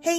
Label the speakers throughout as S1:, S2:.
S1: Hey,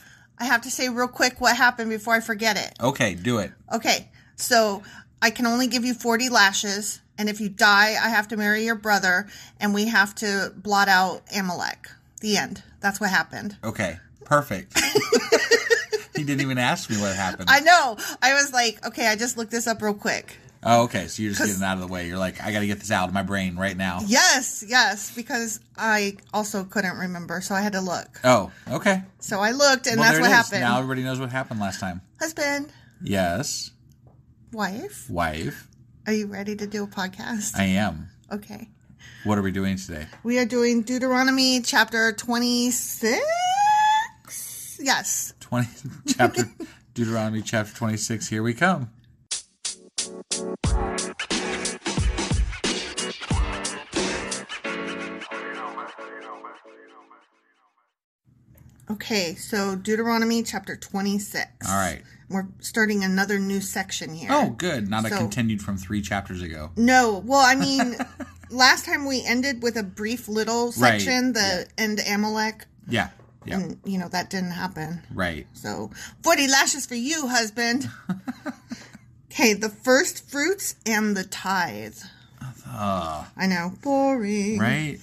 S1: I have to say real quick what happened before I forget it.
S2: Okay, do it.
S1: Okay, so I can only give you 40 lashes, and if you die, I have to marry your brother, and we have to blot out Amalek. The end. That's what happened.
S2: Okay, perfect. he didn't even ask me what happened.
S1: I know. I was like, okay, I just looked this up real quick.
S2: oh, okay, so you're just getting out of the way. You're like, I got to get this out of my brain right now.
S1: Yes, yes, because I also couldn't remember, so I had to look.
S2: Oh, okay.
S1: So I looked, and
S2: well, there
S1: that's
S2: it
S1: what
S2: is.
S1: happened.
S2: Now everybody knows what happened last time.
S1: Husband,
S2: Yes,
S1: wife,
S2: wife,
S1: are you ready to do a podcast?
S2: I am.
S1: okay.
S2: What are we doing today?
S1: We are doing Deuteronomy chapter 26. Yes.
S2: 20, chapter Deuteronomy chapter 26. Here we come.
S1: Okay, so Deuteronomy chapter 26.
S2: All right.
S1: We're starting another new section here.
S2: Oh, good. Not a
S1: So-
S2: continued from three chapters ago.
S1: No, well, I mean, last time we ended with a brief little
S2: Right,
S1: section, the end Amalek,
S2: Yeah. Yeah.
S1: and you know that didn't happen.
S2: Right.
S1: So, 40 lashes for you, husband. okay, the first fruits and the tithe. I know, boring.
S2: Uh. Right.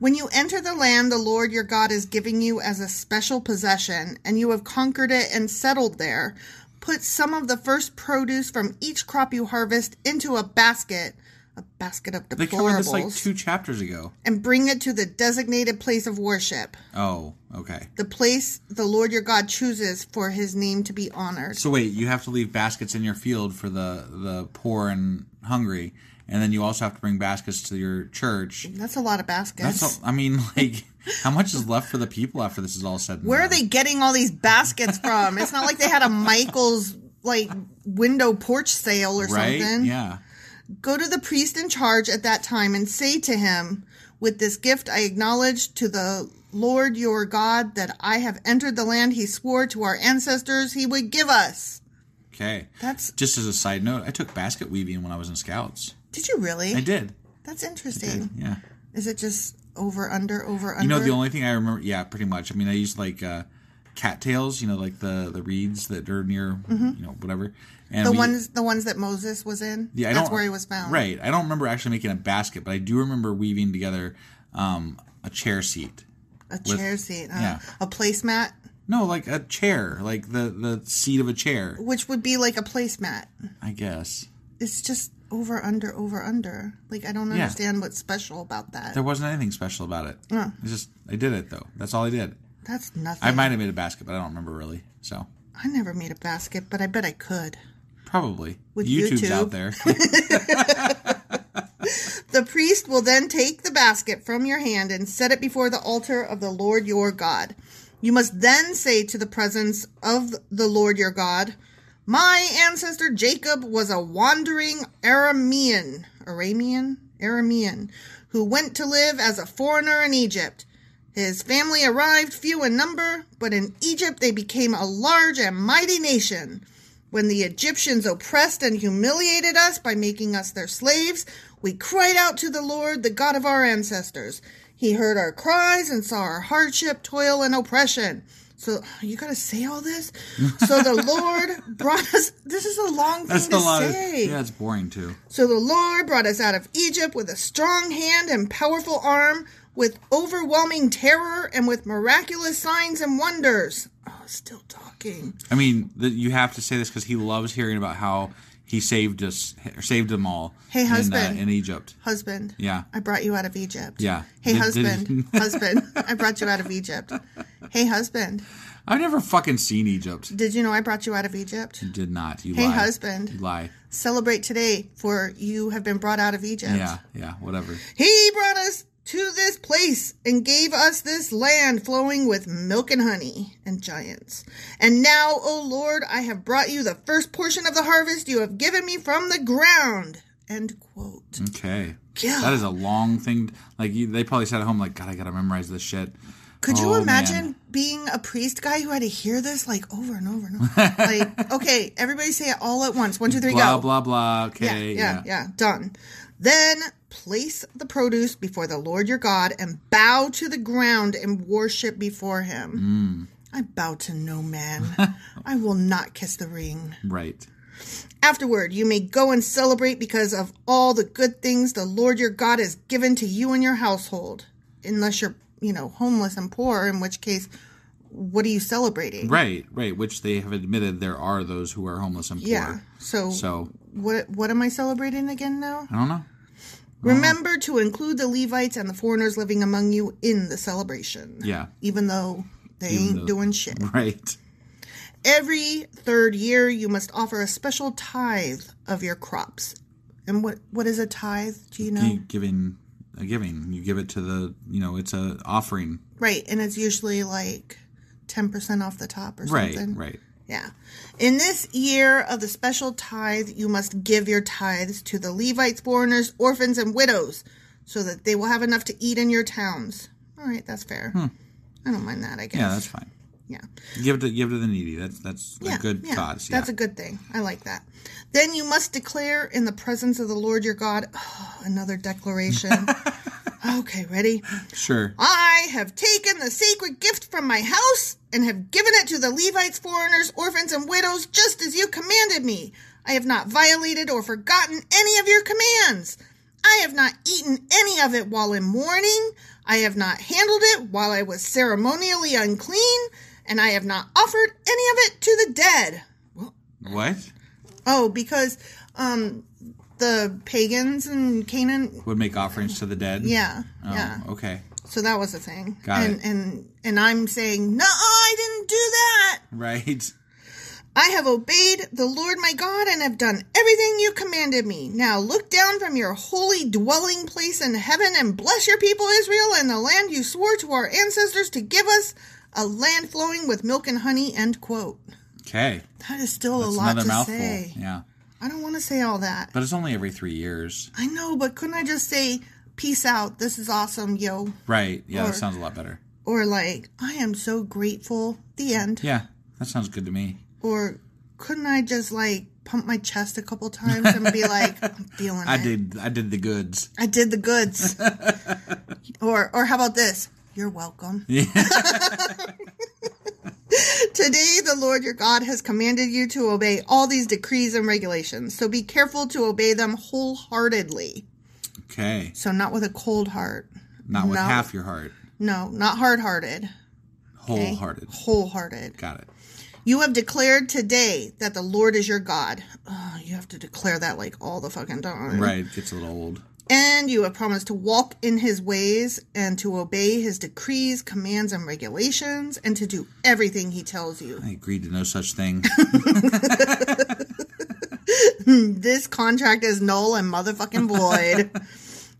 S1: When you enter the land the Lord your God is giving you as a special possession, and you have conquered it and settled there, put some of the first produce from each crop you harvest into a basket, a basket of
S2: They covered this like
S1: deplorables,
S2: two chapters ago.
S1: and bring it to the designated place of worship,
S2: Oh, okay.
S1: the place the Lord your God chooses for his name to be honored.
S2: So wait, you have to leave baskets in your field for the the poor and hungry, and then you also have to bring baskets to your church.
S1: That's a lot of baskets.
S2: That's all, I mean, like, how much is left for the people after this is all said? And
S1: Where are
S2: done?
S1: they getting all these baskets from? it's not like they had a Michael's like window porch sale or
S2: Right?
S1: something.
S2: Yeah.
S1: Go to the priest in charge at that time and say to him, With this gift I acknowledge to the Lord your God that I have entered the land he swore to our ancestors he would give us.
S2: Okay.
S1: That's
S2: Just as a side note, I took basket weaving when I was in Scouts.
S1: did you really?
S2: I did.
S1: That's interesting.
S2: Yeah.
S1: Is it just over under over under?
S2: You know, the only thing I remember, yeah, pretty much. I mean, I used like uh, cattails, you know, like the the reeds that are near, you know, whatever. And
S1: Mm-hmm. the
S2: we-
S1: ones the ones that Moses was in.
S2: Yeah, I
S1: that's
S2: don't-
S1: where he was found.
S2: Right. I don't remember actually making a basket, but I do remember weaving together um, a chair seat.
S1: A
S2: With-
S1: chair seat, uh,
S2: yeah.
S1: a placemat,
S2: No, like a chair, like the the seat of a chair,
S1: which would be like a placemat.
S2: I guess.
S1: It's just over under over under. Like I don't
S2: Yeah.
S1: understand what's special about that.
S2: There wasn't anything special about it. It's just I did it though. That's all I did.
S1: That's nothing.
S2: I might have made a basket, but I don't remember really. So
S1: I never made a basket, but I bet I could.
S2: probably
S1: With
S2: YouTube's
S1: YouTube.
S2: out there.
S1: The priest will then take the basket from your hand and set it before the altar of the Lord your God. You must then say to the presence of the Lord your God, My ancestor Jacob was a wandering Aramean, Aramean, Aramean, who went to live as a foreigner in Egypt. His family arrived few in number, but in Egypt they became a large and mighty nation. When the Egyptians oppressed and humiliated us by making us their slaves, we cried out to the Lord, the God of our ancestors. He heard our cries and saw our hardship, toil, and oppression. So you gotta say all this. So the Lord brought us. This is a long thing
S2: That's
S1: to
S2: a lot. Of,
S1: say.
S2: yeah, it's boring too.
S1: So the Lord brought us out of Egypt with a strong hand and powerful arm, with overwhelming terror and with miraculous signs and wonders. Oh, still talking.
S2: I mean, the, you have to say this because he loves hearing about how he saved us, or saved them all.
S1: Hey,
S2: in, uh,
S1: husband.
S2: in Egypt.
S1: Husband.
S2: Yeah.
S1: I brought you out of Egypt.
S2: Yeah.
S1: Hey,
S2: Did- did-
S1: husband. husband. I brought you out of Egypt. Hey, husband.
S2: I've never fucking seen Egypt.
S1: Did you know I brought you out of Egypt?
S2: Did not. You
S1: Hey,
S2: lie.
S1: husband.
S2: You lie.
S1: Celebrate today, for you have been brought out of Egypt.
S2: Yeah, yeah, whatever.
S1: He brought us to this place and gave us this land flowing with milk and honey and giants. And now, O Lord, I have brought you the first portion of the harvest you have given me from the ground. End quote.
S2: Okay.
S1: Yeah.
S2: That is a long thing. Like you, they probably sat at home, like God, I gotta memorize this shit.
S1: Could
S2: Oh,
S1: you imagine
S2: man.
S1: being a priest guy who had to hear this like over and over and over? like, okay, everybody say it all at once. One, two, three,
S2: blah
S1: go.
S2: blah blah.
S1: yeah,
S2: Okay,
S1: yeah, yeah. Done. Then place the produce before the Lord your God and bow to the ground and worship before him. I bow to no man. I will not kiss the ring.
S2: Right.
S1: Afterward, you may go and celebrate because of all the good things the Lord your God has given to you and your household. Unless you're, you know, homeless and poor, in which case, what are you celebrating?
S2: Right, right, which they have admitted there are those who are homeless and poor.
S1: Yeah. So,
S2: So,
S1: what what am I celebrating again now?
S2: I don't know.
S1: Remember to include the Levites and the foreigners living among you in the celebration.
S2: Yeah.
S1: Even though they
S2: Even
S1: ain't
S2: though-
S1: doing shit.
S2: Right.
S1: Every third year, you must offer a special tithe of your crops. And what what is a tithe? Do you know?
S2: You giving a giving. You give it to the, you know, it's a offering.
S1: Right, and it's usually like ten percent off the top or
S2: Right,
S1: something.
S2: right.
S1: Yeah. In this year of the special tithe, you must give your tithes to the Levites, foreigners, orphans, and widows, so that they will have enough to eat in your towns. All right, that's fair. I don't mind that, I guess.
S2: Hmm. Yeah, that's fine.
S1: yeah.
S2: Give to give to the needy. That's that's a good cause. Yeah.
S1: That's a good thing. I like that. Then you must declare in the presence of the Lord your God. another declaration. okay, ready?
S2: sure.
S1: I have taken the sacred gift from my house and have given it to the Levites, foreigners, orphans, and widows, just as you commanded me. I have not violated or forgotten any of your commands. I have not eaten any of it while in mourning. I have not handled it while I was ceremonially unclean. And I have not offered any of it to the dead.
S2: What
S1: Oh, because um, the pagans and Canaan.
S2: would make offerings to the dead?
S1: Yeah.
S2: Oh,
S1: yeah.
S2: Okay.
S1: So that was a thing.
S2: Got
S1: and,
S2: it.
S1: and and I'm saying, no, I didn't do that.
S2: Right.
S1: I have obeyed the Lord my God and have done everything you commanded me. Now look down from your holy dwelling place in heaven and bless your people Israel and the land you swore to our ancestors to give us, a land flowing with milk and honey. End quote.
S2: Okay.
S1: That is still
S2: That's
S1: a lot
S2: another
S1: to
S2: mouthful.
S1: say.
S2: Yeah.
S1: I don't want to say all that.
S2: But it's only every three years.
S1: I know, but couldn't I just say, peace out, this is awesome, yo?
S2: Right. Yeah.
S1: Or-
S2: that sounds a lot better.
S1: Or like, I am so grateful, the end.
S2: Yeah. That sounds good to me.
S1: Or couldn't I just like pump my chest a couple times and be like, I'm feeling
S2: I
S1: it.
S2: did. I did the goods.
S1: I did the goods. or or how about this? You're welcome. Today the Lord your God has commanded you to obey all these decrees and regulations. So be careful to obey them wholeheartedly.
S2: Okay.
S1: So not with a cold heart.
S2: Not with
S1: No.
S2: half your heart.
S1: No, not hard hearted.
S2: Wholehearted.
S1: Wholehearted.
S2: Got it.
S1: You have declared today that the Lord is your God. Ugh, you have to declare that like all the fucking time.
S2: Right. Gets a little old.
S1: And you have promised to walk in his ways and to obey his decrees, commands, and regulations, and to do everything he tells you.
S2: I agreed to no such thing.
S1: This contract is null and motherfucking void.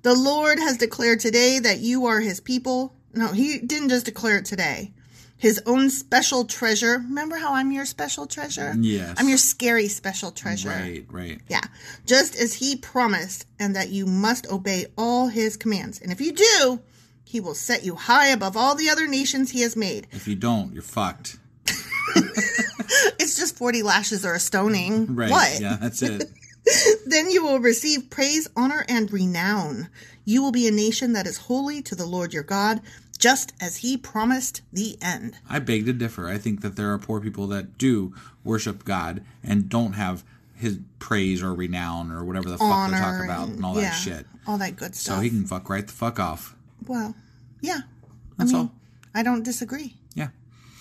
S1: the Lord has declared today that you are his people. No, he didn't just declare it today. His own special treasure. Remember how I'm your special treasure?
S2: Yes.
S1: I'm your scary special treasure.
S2: Right. Right.
S1: Yeah, just as he promised, and that you must obey all his commands. And if you do, he will set you high above all the other nations he has made.
S2: If you don't, you're fucked.
S1: It's just 40 lashes or a stoning.
S2: Right.
S1: What?
S2: Yeah. That's it.
S1: Then you will receive praise, honor, and renown. You will be a nation that is holy to the Lord your God, just as he promised the end.
S2: I beg to differ. I think that there are poor people that do worship God and don't have his praise or renown or whatever the fuck they talk about and all
S1: yeah,
S2: that shit.
S1: All that good
S2: So
S1: stuff.
S2: he can fuck right the fuck off.
S1: well, yeah.
S2: That's
S1: I mean,
S2: all.
S1: I don't disagree.
S2: Yeah.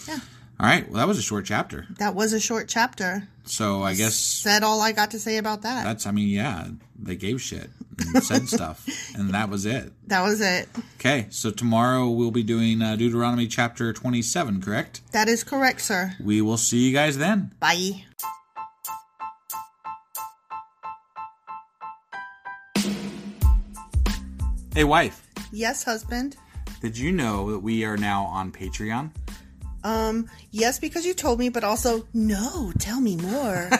S1: Yeah.
S2: All right. Well, that was a short chapter.
S1: That was a short chapter.
S2: So I guess
S1: Said all I got to say about that.
S2: that's, I mean, yeah, they gave shit and said stuff. And that was it.
S1: That was it.
S2: Okay. So tomorrow we'll be doing uh, Deuteronomy chapter 27, correct?
S1: That is correct, sir.
S2: We will see you guys then.
S1: Bye.
S2: Hey, wife,
S1: Yes, husband.
S2: did you know that we are now on Patreon?
S1: Um, yes, because you told me, but also, no, tell me more.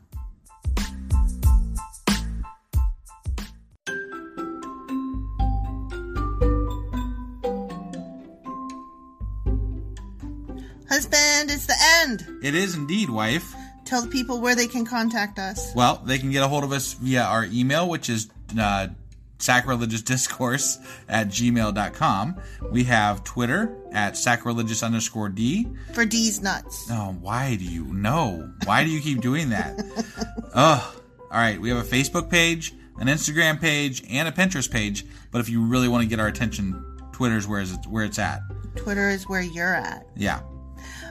S1: Husband, it's the end.
S2: It is indeed, wife.
S1: tell the people where they can contact us.
S2: Well, they can get a hold of us via our email, which is uh, sacrilegiousdiscourse at gmail.com. We have Twitter at sacrilegious underscore D.
S1: For D's nuts.
S2: Oh, why do you know? Why do you keep doing that? Ugh. All right, we have a Facebook page, an Instagram page, and a Pinterest page. But if you really want to get our attention, Twitter's where is it, where it's at.
S1: Twitter is where you're at.
S2: Yeah,